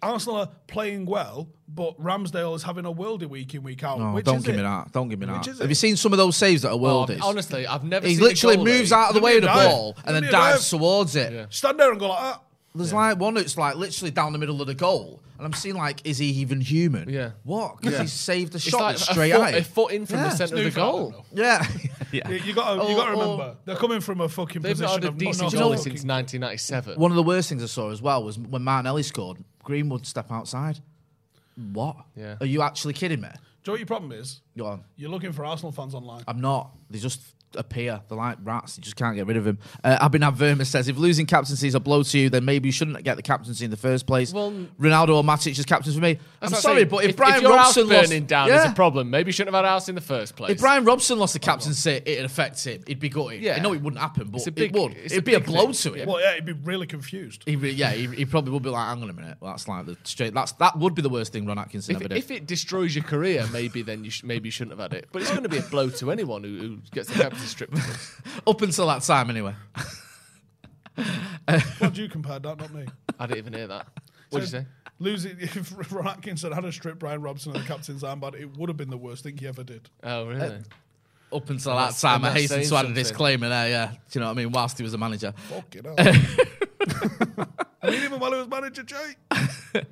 Arsenal are playing well, but Ramsdale is having a worldy week in week out. No, which Oh, don't is give me it? that. Don't give me Which that. is Have it? you seen some of those saves that are Oh, world I've- honestly, I've never. He seen a literally goalie- moves out of the Doesn't way of the he dive? ball and then Doesn't he dive? dives towards it. Stand there and go like "Ah, that. There's like one that's like literally down the middle of the goal, and I'm seeing like, is he even human? Yeah. What? Because he saved the It's shot like that's straight a foot, at him. a foot in from Yeah. the centre It's of new the for Adam, goal. though. Yeah. yeah. You, you gotta, Or- you gotta or- remember, they're coming from a fucking They've not position had a of not, decent not goalie fucking- since 1997. One of the worst things I saw as well was when Martinelli scored, Greenwood step outside. What? Yeah. Are you actually kidding me? Do you know what your problem is? Go on. You're looking for Arsenal fans online. I'm not. They just appear. They're like rats. You just can't get rid of him. Uh, Abhinav Verma says, if losing captaincy is a blow to you, then maybe you shouldn't get the captaincy in the first place. Well- Ronaldo or Matic is captains for me. I'm That's what sorry, saying. but if, Brian your house Robson burning lost, down yeah, is a problem, maybe you shouldn't have had a house in the first place. If Brian Robson lost the captaincy, it'd affect him. He'd be gutted. Yeah. I know it wouldn't happen, but It's a big- it would. it's a It'd be a big blow thing. to him. well, yeah, he'd be really confused. He re- yeah, he, he probably would be like, hang on a minute. Well, that's like the straight. That's that would be the worst thing Ron Atkinson if, ever did. if it destroys your career, maybe then you sh- maybe you shouldn't have had it. But it's going to be a blow to anyone who, who gets the captain stripped. of us. Up until that time, anyway. Glad you compared that, not me. I didn't even hear that. What did you say? Losing if Ron Atkinson had a strip Brian Robson and the captain's armband, it would have been the worst thing he ever did. Oh really? Up until that Oh, That's- time, I that's hasten saying to add a something. disclaimer there. Yeah, do you know what I mean? Whilst he was a manager. Fucking hell. I mean, even while he was manager, Jake.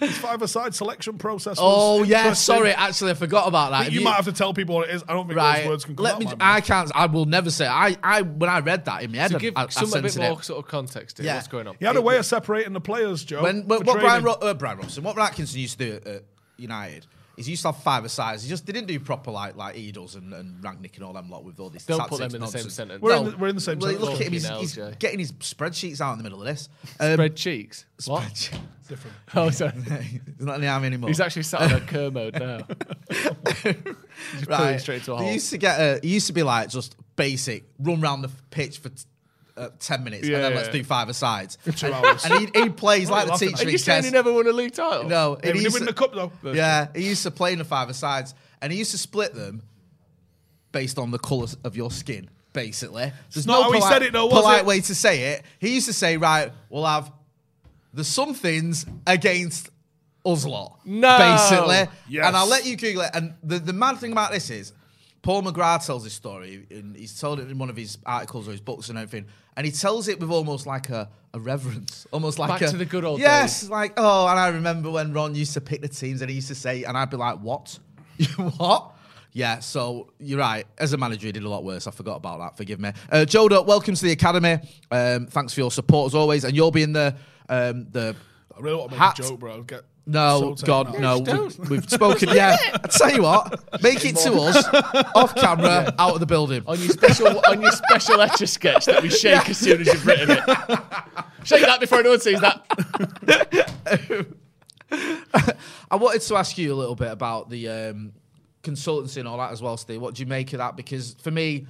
His five-a-side selection process. Oh was yeah, interesting. sorry. Actually, I forgot about that. You, If might have to tell people what it is. I don't think right. those words can come Let out me. of my I mouth. can't. I will never say. I. I. When I read that in my head, To I- give I, I some a bit censored it. more sort of context to Yeah. what's going on. He had a way of separating the players, Joe. When, when for what Brian, training. Ro- uh, Brian Robson, what Atkinson used to do at, at United is he used to have five sides. He just they didn't do proper like like Edels and, and Ragnick and all them lot with all this. Don't put tactics them in the same nonsense. sentence. We're in the- we're in the same well, sentence. Look at him. He's, Fucking he's hell, Jay. getting his spreadsheets out in the middle of this. Um, Spread cheeks. What? spreadsheet. different. Oh, sorry. He's not in the army anymore. He's actually sat on a cur mode now. Just pulling right. straight to a They hole. used to get. A, it used to be like just basic run round the pitch for t- uh, ten minutes, and then Yeah. let's do five asides. Two hours. and he, he plays What are like you laughing the at? teacher. Are in you saying he chess. never won a league title? No, They and did he used win the to- cup though. Yeah, he used to play in the five sides, and he used to split them based on the colour of your skin. Basically, there's not how he said it, though, was polite it? way to say it. He used to say, "Right, we'll have the somethings against us lot." No. basically, Yes. and I'll let you Google it. And the, the mad thing about this is, Paul McGrath tells this story, and he's told it in one of his articles or his books and everything. And he tells it with almost like a, a reverence, almost like Back a, to the good old yes, days. it's like, oh, and I remember when Ron used to pick the teams and he used to say, and I'd be like, what? what? Yeah, so you're right. As a manager, he did a lot worse. I forgot about that. Forgive me. Uh, Jodo, welcome to the academy. Um, thanks for your support as always. And you'll be in the um, the. I really want to make Hat. a joke, bro. I'll Get No, so taken out. God, no. We, have spoken. yeah, I tell you what, make it to us off camera, out of the building. On your special on your special etch a sketch that we shake as soon as you've written it. Shake that before anyone sees that. I wanted to ask you a little bit about the um, consultancy and all that as well, Steve. What do you make of that? Because for me,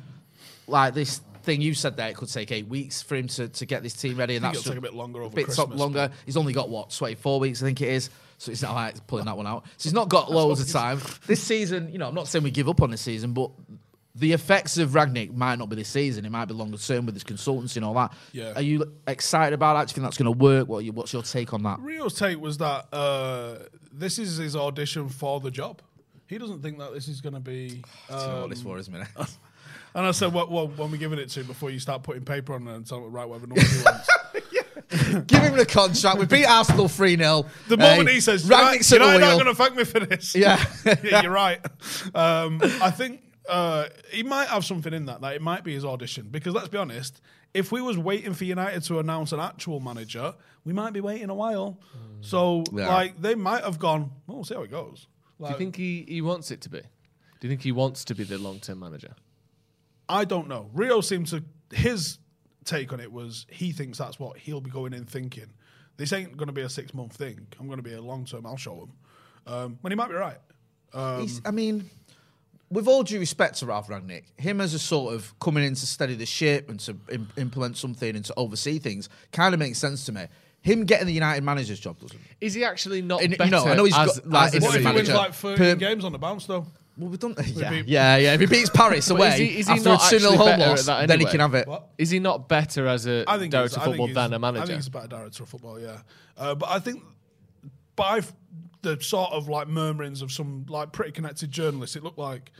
like this thing you said there, it could take eight weeks for him to, to get this team ready, and think that's it'll take a bit longer over bit top Christmas, longer. He's only got what twenty four weeks, I think it is. So it's not like he's pulling that one out. So he's not got loads of time this season. You know, I'm not saying we give up on this season, but. The effects of Ragnick might not be this season. It might be longer term with his consultancy and all that. Yeah. Are you excited about that? Do you think that's going to work? What are you, what's your take on that? Rio's take was that uh, this is his audition for the job. He doesn't think that this is going to be. I don't know um, what this for, isn't it? and I said, well, well, when we giving it to before you start putting paper on it and tell him to write whatever number he wants. Give him the contract. We beat Arsenal 3 0. The moment he says, "United Rangnick's at the United aren't wheel." going to thank me for this," Yeah. yeah, you're right. Um, I think uh, he might have something in that. That it might be his audition because let's be honest, if we was waiting for United to announce an actual manager, we might be waiting a while. So Mm. Yeah. like they might have gone, well, "We'll see how it goes." Do you think he, he wants it to be? Do you think he wants to be the long term manager? I don't know. Rio seemed to his take on it was he thinks that's what he'll be going in thinking. This ain't going to be a six month thing. I'm going to be a long term. I'll show him. Um, and he might be right. Um, He's- I mean, with all due respect to Ralph Ragnick, him as a sort of coming in to steady the ship and to im- implement something and to oversee things kind of makes sense to me. Him getting the United manager's job doesn't. Is he actually not In- you better? know, I know he's as- got, like, as a Is What if he manager? wins manager? like 13 Per- games on the bounce though? Well, we don't. Yeah, beat- yeah, yeah. If he beats Paris away is he- is he after a not two 0 actually home better at loss, that then he anyway? can have it. What? Is he not better as a I think director he's- of I think football he's- than a I think manager? he's a better director of football, yeah. Uh, but I think by f- the sort of like murmurings of some like pretty connected journalists, it looked like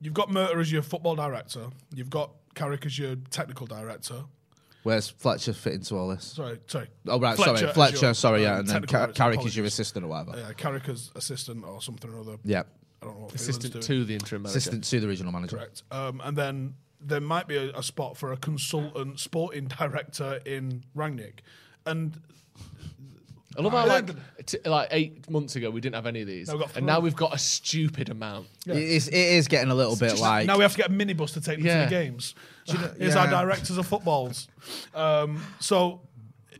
you've got Murder as your football director, you've got Carrick as your technical director. Where's Fletcher fit into all this? Sorry, sorry. Oh right, as sorry, your, Fletcher. sorry, yeah, um, and then technical Car- director, Carrick is your apologies. assistant or whatever. Yeah, Carrick as assistant or something or other. Yeah, I don't know what Phelan's Assistant doing. to the interim manager. assistant to the regional manager. Correct. Um, and then there might be a, a spot for a consultant sporting director in Rangnick. And I love how Right. like t- like eight months ago we didn't have any of these, Now we've got and now we've got a stupid amount. It is. It is getting a little bit Just like. now we have to get a minibus to take them Yeah. to the games. Here's our yeah. directors of footballs. Um, so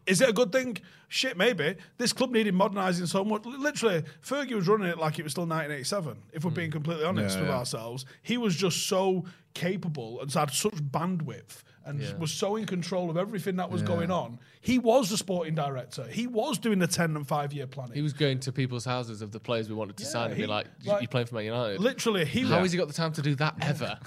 is it a good thing? Shit, maybe. This club needed modernising so much. Li- Literally, Fergie was running it like it was still 1987, if we're Mm. being completely honest with ourselves. He was just so capable and had such bandwidth and was so in control of everything that was going on. He was the sporting director. He was doing the 10 and 5 year planning. He was going to people's houses of the players we wanted to sign and he- be like, "You- like- "You're playing for Man United." Literally, he How was. has he got the time to do that ever?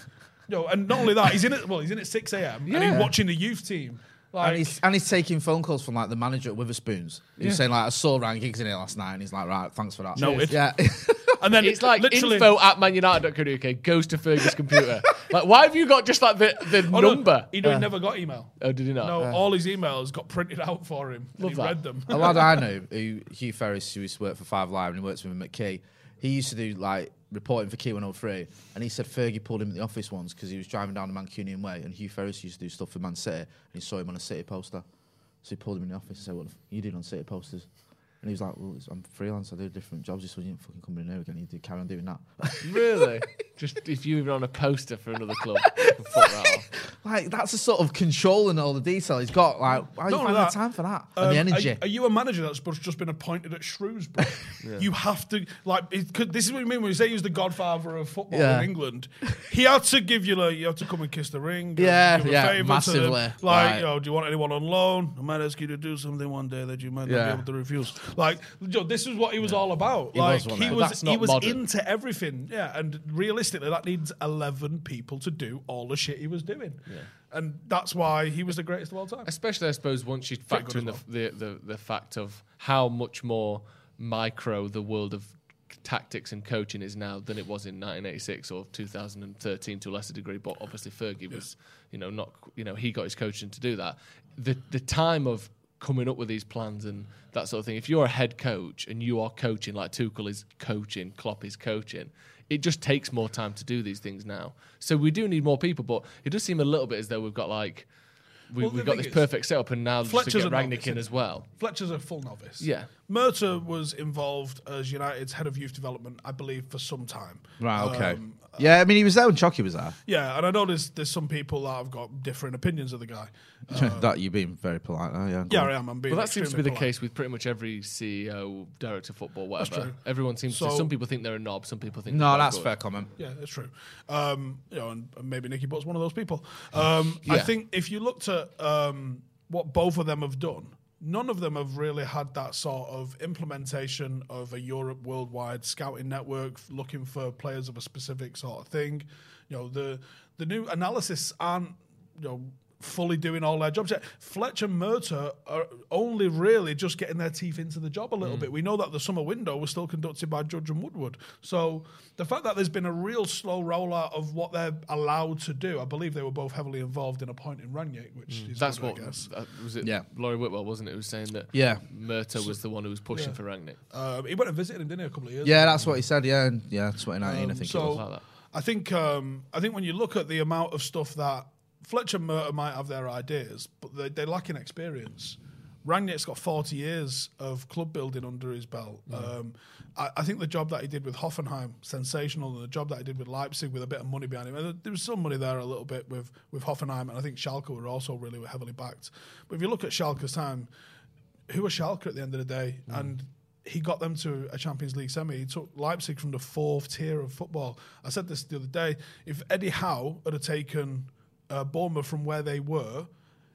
No, and not only that, he's in it. Well, he's in at six a.m. and he's watching the youth team. Like, and he's, and he's taking phone calls from like the manager at Witherspoons. He's saying like, "I saw Ryan Giggs in here last night," and he's like, "Right, thanks for that." Noted. Yeah. and then it's like literally, info at manunited.co.uk goes to Fergie's computer. like, why have you got just like the, the Oh, no, number? Uh, He, no, he never got email. Oh, did he not? No, all his emails got printed out for him. and Love he that. read them. a lad I know who Hugh Ferris, who used to work for Five Live and he works with him at Key, he used to do like reporting for Key 103. And he said Fergie pulled him at the office once because he was driving down the Mancunian Way. And Hugh Ferris used to do stuff for Man City and he saw him on a City poster. So he pulled him in the office and said, What the f- you doing on City posters? And he was like, Well, it's, I'm freelance, I do different jobs. This one you didn't fucking come in here again. You do carry on doing that. Really? just if you were on a poster for another club, you can fuck that off. like, that's the sort of control and all the detail he's got. Like, why do Not you find only the that, time for that? Um, and the energy. Are, are you a manager that's bus- just been appointed at Shrewsbury? You have to like it, 'cause this is what I mean when you say he's the godfather of football Yeah. in England. He had to give you like you have to come and kiss the ring. uh, Yeah, give a yeah, favour to them. massively. Like Right. you know, do you want anyone on loan? I might ask you to do something one day that you might not Yeah. be able to refuse. Like yo, this is what he was all about. He like was one of he them. was That's he not was modern. into everything. Yeah, and realistically, that needs eleven people to do all the shit he was doing. And that's why he was the greatest of all time. Especially, I suppose, once you good factor in the, as the, the, the fact of how much more micro the world of tactics and coaching is now than it was in 1986 or 2013 to a lesser degree. But obviously, Fergie was, you know, not, you know, he got his coaching to do that. The, the time of coming up with these plans and that sort of thing, if you're a head coach and you are coaching, like Tuchel is coaching, Klopp is coaching, it just takes more time to do these things now. So we do need more people, but it does seem a little bit as though we've got like, we, Well, the we've got thing this is, perfect setup, and now just to Fletcher's get a novice, Ragnick in isn't as he? well. Fletcher's a full novice. Yeah. Murta was involved as United's head of youth development, I believe, for some time. right, okay. Um, yeah, I mean, he was there when Chucky was there. yeah, and I know there's there's some people that have got different opinions of the guy. that you being very polite, now, yeah. Oh. Yeah, go on. I am. I'm being Well, that seems to be extremely the polite. case with pretty much every CEO, director of football, whatever. true. Everyone seems to. So- Some people think they're a knob. Some people think. No, they're that's good. fair comment. Yeah, that's true. Um, you know, and, and maybe Nicky Butt's one of those people. Um, I Yeah. think if you looked at um, what both of them have done, none of them have really had that sort of implementation of a Europe worldwide scouting network f- looking for players of a specific sort of thing. You know, the the new analysis aren't you know fully doing all their jobs. yet. Fletcher and Murta are only really just getting their teeth into the job a Hmm. little bit. We know that the summer window was still conducted by Judge and Woodward. So the fact that there's been a real slow rollout of what they're allowed to do, I believe they were both heavily involved in appointing Ranieri, which is Hmm. That's good, what I guess. uh, was it? Yeah. Laurie Whitwell wasn't it? Who was saying that? Yeah. Murta was the one who was pushing for Rangnick. Um, he went and visited him, didn't he, a couple of years Yeah, ago? that's what he said. Yeah, and yeah, 2019, I think. it was. Um, so like that. I think um, I think when you look at the amount of stuff that Fletcher and Murta might have their ideas, but they, they lack in experience. Rangnick's got 40 years of club building under his belt. Mm. Um, I, I think the job that he did with Hoffenheim, sensational, and the job that he did with Leipzig with a bit of money behind him. and there was some money there a little bit with, with Hoffenheim, and I think Schalke were also really heavily backed. But if you look at Schalke's time, who was Schalke at the end of the day, and he got them to a Champions League semi. He took Leipzig from the fourth tier of football. I said this the other day. If Eddie Howe had have taken uh, Bournemouth from where they were,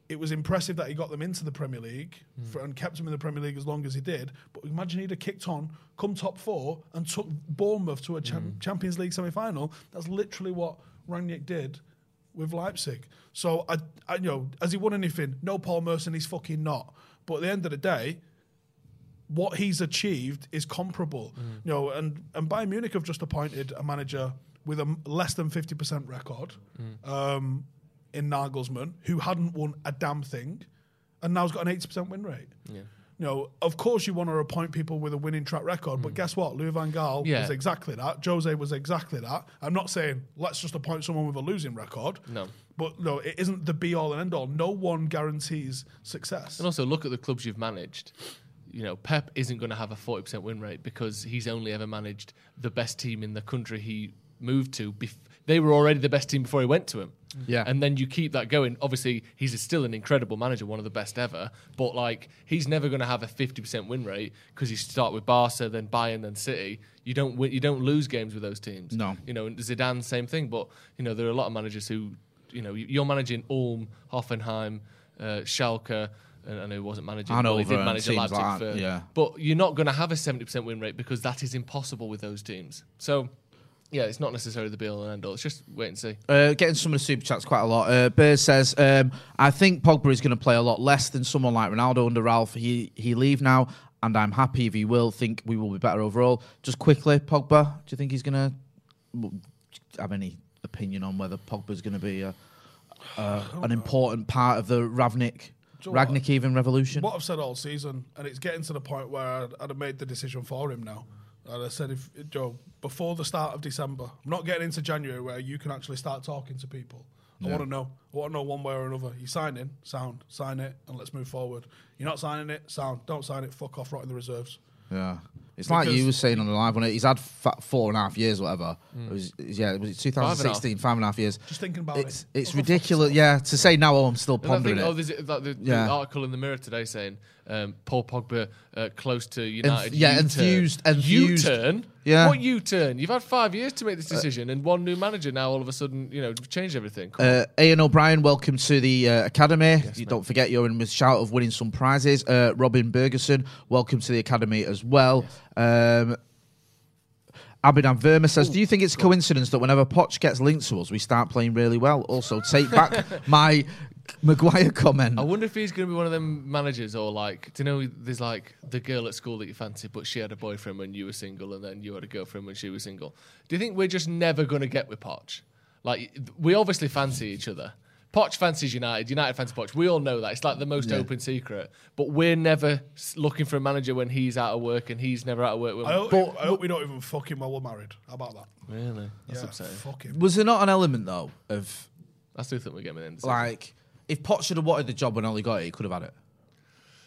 it was impressive that he got them into the Premier League for, and kept them in the Premier League as long as he did. But imagine he'd have kicked on, come top four, and took Bournemouth to a cham- Champions League semi final. That's literally what Rangnick did with Leipzig. So I, I you know, has he won anything? No, Paul Merson, he's fucking not. But at the end of the day, what he's achieved is comparable. You know, and and Bayern Munich have just appointed a manager with a m- less than fifty percent record um, in Nagelsmann, who hadn't won a damn thing, and now's got an eighty percent win rate. Yeah. You know, of course, you want to appoint people with a winning track record, but guess what? Louis van Gaal Yeah. was exactly that. Jose was exactly that. I'm not saying let's just appoint someone with a losing record. No. But no, it isn't the be all and end all. No one guarantees success. And also look at the clubs you've managed. You know, Pep isn't going to have a 40% win rate because he's only ever managed the best team in the country he moved to. Bef- they were already the best team before he went to him. Yeah. And then you keep that going. Obviously, he's still an incredible manager, one of the best ever. But, like, he's never going to have a 50% win rate because you start with Barca, then Bayern, then City. You don't, win, you don't lose games with those teams. No. You know, and Zidane, same thing. But you know, there are a lot of managers who, you know, you- you're managing Ulm, Hoffenheim, uh, Schalke, and I know he wasn't managing. well, he Hanover did and manage at teams Leipzig like that, for, yeah. but you're not going to have a 70% win rate because that is impossible with those teams. So, yeah, it's not necessarily the be all and end all. It's just wait and see. Uh, getting some of the super chats quite a lot. Uh, Bears says, um, "I think Pogba is going to play a lot less than someone like Ronaldo under Ralph. He he leave now, and I'm happy if he will. Think we will be better overall. Just quickly, Pogba. Do you think he's going to have any opinion on whether Pogba is going to be a, uh, an important part of the Ravnik Do you know what? Ragnik even revolution? What I've said all season, and it's getting to the point where I'd, I'd have made the decision for him now. And I said, if Joe, before the start of December, I'm not getting into January where you can actually start talking to people. I want to know. I want to know one way or another. You sign in, sound, sign it, and let's move forward. You're not signing it, sound, don't sign it, fuck off, rot in the reserves. Yeah. It's like Because- you were saying on the live one. He's had fa- four and a half years, whatever. It was, yeah, was it 2016? Mm. Five and a half years. Just thinking about it's, it. It's ridiculous. Yeah, to say now, oh, I'm still And I pondering think, oh, it. there's that, the, Yeah. the article in the Mirror today saying um, Paul Pogba uh, close to Enth- United. yeah, U-turn. enthused- enthused. U-turn. Yeah. Uh, What U-turn? You've had five years to make this decision, and one new manager now all of a sudden, you know, changed everything. Come on. Uh, Ian O'Brien, welcome to the uh, academy. you don't forget you're in with shout of winning some prizes. Uh, Robin Bergeson, welcome to the academy as well. Um, Abinam Verma says, "Do you think it's coincidence that whenever Poch gets linked to us, we start playing really well?" Also, take back my Maguire comment. I wonder if he's going to be one of them managers or like, do you know, there's like the girl at school that you fancy, but she had a boyfriend when you were single and then you had a girlfriend when she was single. Do you think we're just never going to get with Poch? Like, we obviously fancy each other. Poch fancies United, United fancy Poch. We all know that. It's like the most open secret. But we're never s- looking for a manager when he's out of work and he's never out of work. When I hope, but, I hope we don't even fuck him while we're married. How about that? really? That's yeah, upsetting. fuck him. Was there not an element though of I still think we're getting an end. like if Pot should have wanted the job when Ollie got it, he could have had it.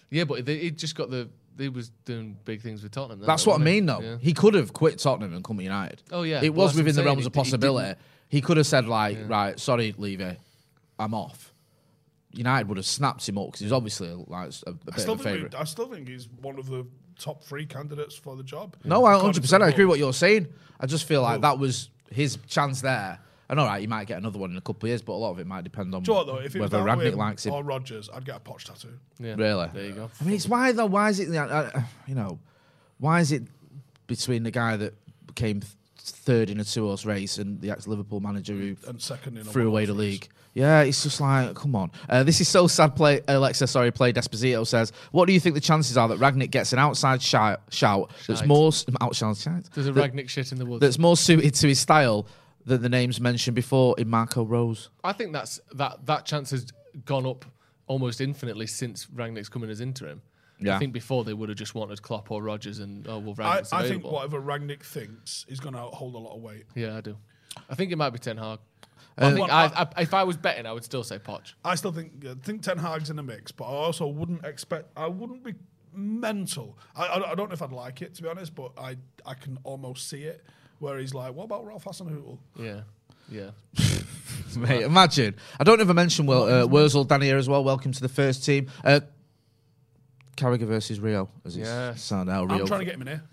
yeah, but they, he just got the. He was doing big things with Tottenham. then, That's though, what I wasn't he? mean though. Yeah. He could have quit Tottenham and come to United. Oh, yeah. it Well, was that's what within the I'm realms saying. of He- he possibility. He, could have said like, right, sorry, Levy, I'm off. United would have snapped him up because he was obviously like a, I a bit still, of a think favourite. we, I still think he's one of the top three candidates for the job. No, I According to hundred percent. I the agree board. with what you're saying. I just feel like that was his chance there. And all right, he might get another one in a couple of years, but a lot of it might depend on Do you know what, though? If it was whether that Ragnick Wim likes him. or Rogers, I'd get a Poch tattoo. Yeah. Really? There you go. I mean, it's why though. Why is it? Uh, uh, you know, why is it between the guy that came th- third in a two horse race and the ex Liverpool manager who And second in a threw away the one-horse race. league. Yeah, it's just like, come on. Uh, this is so sad. Play Alexa, sorry, play Desposito says, what do you think the chances are that Ragnick gets an outside shout, shout that's Shite. more s- outside shout, There's a that- Ragnick shit in the woods. that's more suited to his style than the names mentioned before in Marco Rose? I think that's that that chance has gone up almost infinitely since Ragnick's come in as interim. Yeah. I think before they would have just wanted Klopp or Rogers and oh well I, Ragnick's I think available. whatever Ragnick thinks is going to hold a lot of weight. yeah, I do. I think it might be Ten Hag. I think Well, I, I, if I was betting, I would still say Poch. I still think I think Ten Hag's in the mix, but I also wouldn't expect. I wouldn't be mental. I, I, I don't know if I'd like it to be honest, but I I can almost see it where he's like, "What about Ralph Hasenhutel?" Yeah, yeah. Mate, imagine. I don't know if I mentioned well, uh, Wurzel down here as well. Welcome to the first team. Uh, Carragher versus Rio, as it's Yes. sound out. Rio. I'm trying to get him in here.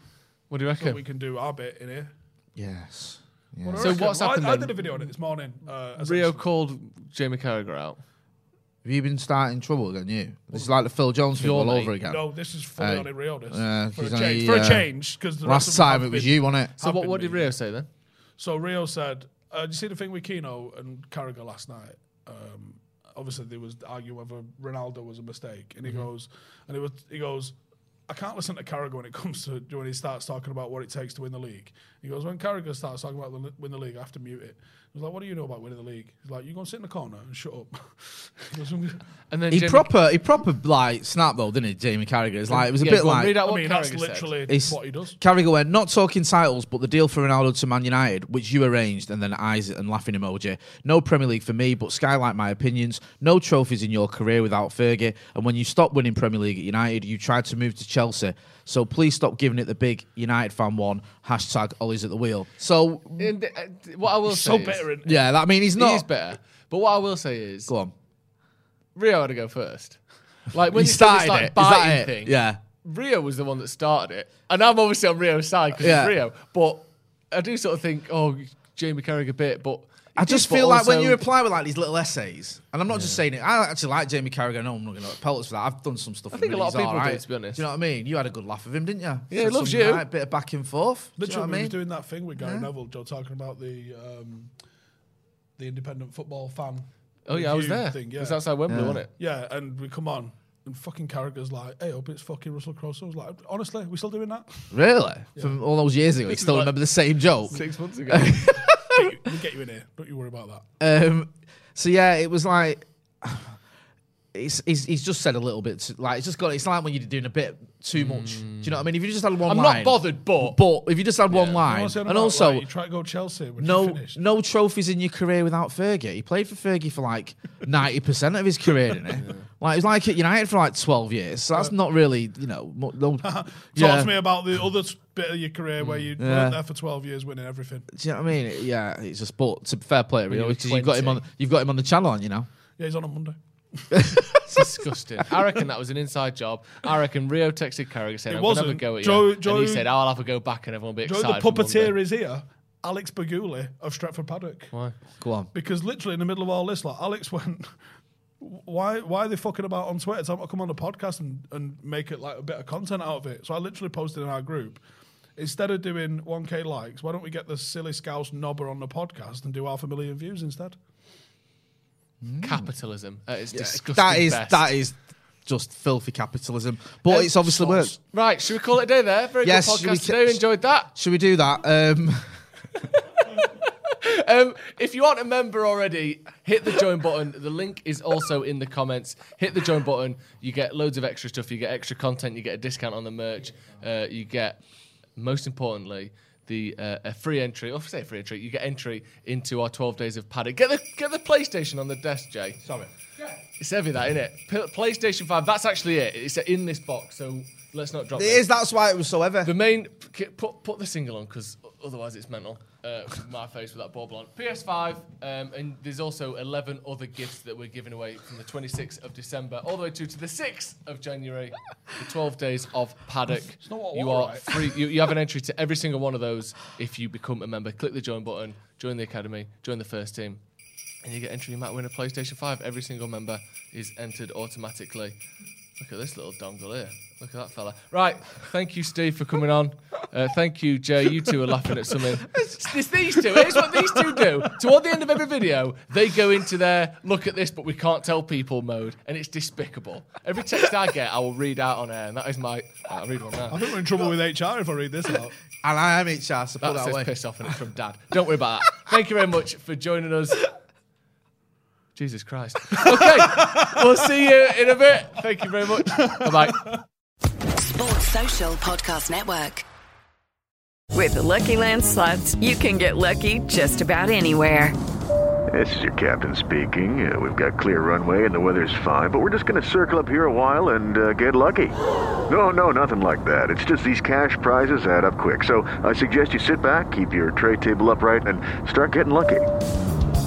What do you So we reckon? can do our bit in here. Yes. What do I So reckon? what's Well, I- happened I, then? did a video on it this morning. Uh, Rio essentially. called Jamie Carragher out. Have you been starting trouble again? You. This is like the Phil Jones thing Your all mate. over again. No, this is fully Hey. on in Rio. This Yeah, for, a he's on change, the, for a uh, change, because the Last rest of them time have it was been- you, wasn't it? So what, been what did meaning. Rio say then? So Rio said, uh, "Did you see the thing with Keno and Carragher last night? Um, obviously, there was arguing whether Ronaldo was a mistake." And he Mm-hmm. goes, "And he was he goes, I can't listen to Carragher when it comes to when he starts talking about what it takes to win the league." He goes, "When Carragher starts talking about the, win the league, I have to mute it." He was like, "What do you know about winning the league?" He's like, "You go and sit in the corner and shut up." He goes, "I'm- And then He Jamie- proper, he proper like snapped though, didn't he? Jamie Carragher. It's like it was a Yeah, bit go on, like read out I what mean, that's Carragher said. literally He's- what he does." Carragher went, not talking titles, but the deal for Ronaldo to Man United, which you arranged, and then eyes and laughing emoji. No Premier League for me, but skylight my opinions. No trophies in your career without Fergie. And when you stopped winning Premier League at United, you tried to move to Chelsea. So please stop giving it the big United fan one. Hashtag Ollie's at the wheel. So, And, uh, what I will So say better is, in yeah, that, I mean, he's he not. is better. But what I will say is, Go on. Rio had to go first. Like when he you started started this, like, it. Is that biting it? thing, Yeah. Rio was the one that started it, and I'm obviously on Rio's side because Yeah. it's Rio. But I do sort of think, oh, Jamie Carragher bit, but I just feel like when you reply with like these little essays, and I'm not just saying it. I actually like Jamie Carragher. No, I'm not going to pelt us for that. I've done some stuff. I with think him a lot and of he's people do, alright. to be honest. Do you know what I mean? You had a good laugh with him, didn't you? Yeah, he Said loves some you. Right, bit of back and forth. Do you know Literally, what we I was mean? doing that thing with Gary Neville, Joe, talking about the um, the independent football fan. oh yeah, I was review there. Thing, It yeah. was outside Wembley, wasn't it? yeah, and we come on, and fucking Carragher's like, "Hey, up, it's fucking Russell Crowe." So I was like, "Honestly, we still doing that? Really? From all those years ago, you still like- remember the same joke. Six months ago. Get you- we'll get you in here. Don't you worry about that." Um, so yeah, it was like he's, he's, he's just said a little bit too, like it's just got it's like when you're doing a bit too much. Do you know what I mean? If you just had one I'm line, not bothered, but But if you just had one You know line, what's saying and about, also like, you try to go Chelsea when you No, finished. no trophies in your career without Fergie. He played for Fergie for like ninety percent of his career, didn't he? Like he was like at United for like twelve years. So that's not really, you know, mo- no, Uh, Talk yeah. Mm, to me about the other s- bit of your career where you Yeah. weren't there for twelve years winning everything. Do you know what I mean? It- yeah, it's just but to fair play, really, were because you've got him on, 20. you've got him on the channel, aren't you know. Yeah, he's on a Monday. it's disgusting. I reckon that was an inside job. I reckon Rio texted Carragher saying, It "I'm gonna have a wasn't. go at Joe- you," Joe- and he said, "Oh, "I'll have a go back," and everyone will be Joe, excited. the for puppeteer Monday." is here. Alex Baguli of Stratford Paddock. Why? Go on. because literally in the middle of all this, like Alex went, "Why, why are they fucking about on Twitter? Time I come on the podcast and, and make it like a bit of content out of it." So I literally posted in our group. Instead of doing 1k likes, why don't we get the silly scouse knobber on the podcast and do half a million views instead? Capitalism. at its disgusting. That is best. that is just filthy capitalism, but it's obviously worked. Right, should we call it a day there? Very Yes, good should we podcast ca- today. Enjoyed that. Should we do that? Um, Um, if you aren't a member already, hit the join button. The link is also in the comments. Hit the join button. You get loads of extra stuff. You get extra content. You get a discount on the merch. Uh, you get, most importantly, the uh, a free entry. Or say free entry. You get entry into our 12 days of paddock. Get the get the PlayStation on the desk, Jay. Sorry. It's heavy, that isn't it? PlayStation 5. That's actually it. It's in this box. So let's not drop it it. is. That's why it was so ever. The main p- put put the single on because otherwise it's mental. Uh, my face with that ball on. PS5, um, and there's also 11 other gifts that we're giving away from the 26th of December all the way to, to the 6th of January. The 12 days of paddock. not what I you want, are right? free. You, you have an entry to every single one of those if you become a member. Click the join button, join the academy, join the first team, and you get entry. You might win a PlayStation 5. Every single member is entered automatically. Look at this little dongle here. Look at that fella. Right. Thank you, Steve, for coming on. Uh, thank you, Jay. You two are laughing at something. It's, it's these two. It's what these two do. Toward the end of every video, they go into their look at this, but we can't tell people mode, and it's despicable. Every text I get, I will read out on air, and that is my. I'll read one now. I think we're in trouble with HR if I read this out. And I am HR, so put That that says away. piss off, and it's from Dad. Don't worry about that. Thank you very much for joining us. Jesus Christ. Okay, we'll see you in a bit. Thank you very much. Bye bye. Sports Social Podcast Network. With the Lucky Land slots, you can get lucky just about anywhere. This is your captain speaking. Uh, we've got clear runway and the weather's fine, but we're just going to circle up here a while and uh, get lucky. No, no, nothing like that. It's just these cash prizes add up quick. So I suggest you sit back, keep your tray table upright, and start getting lucky.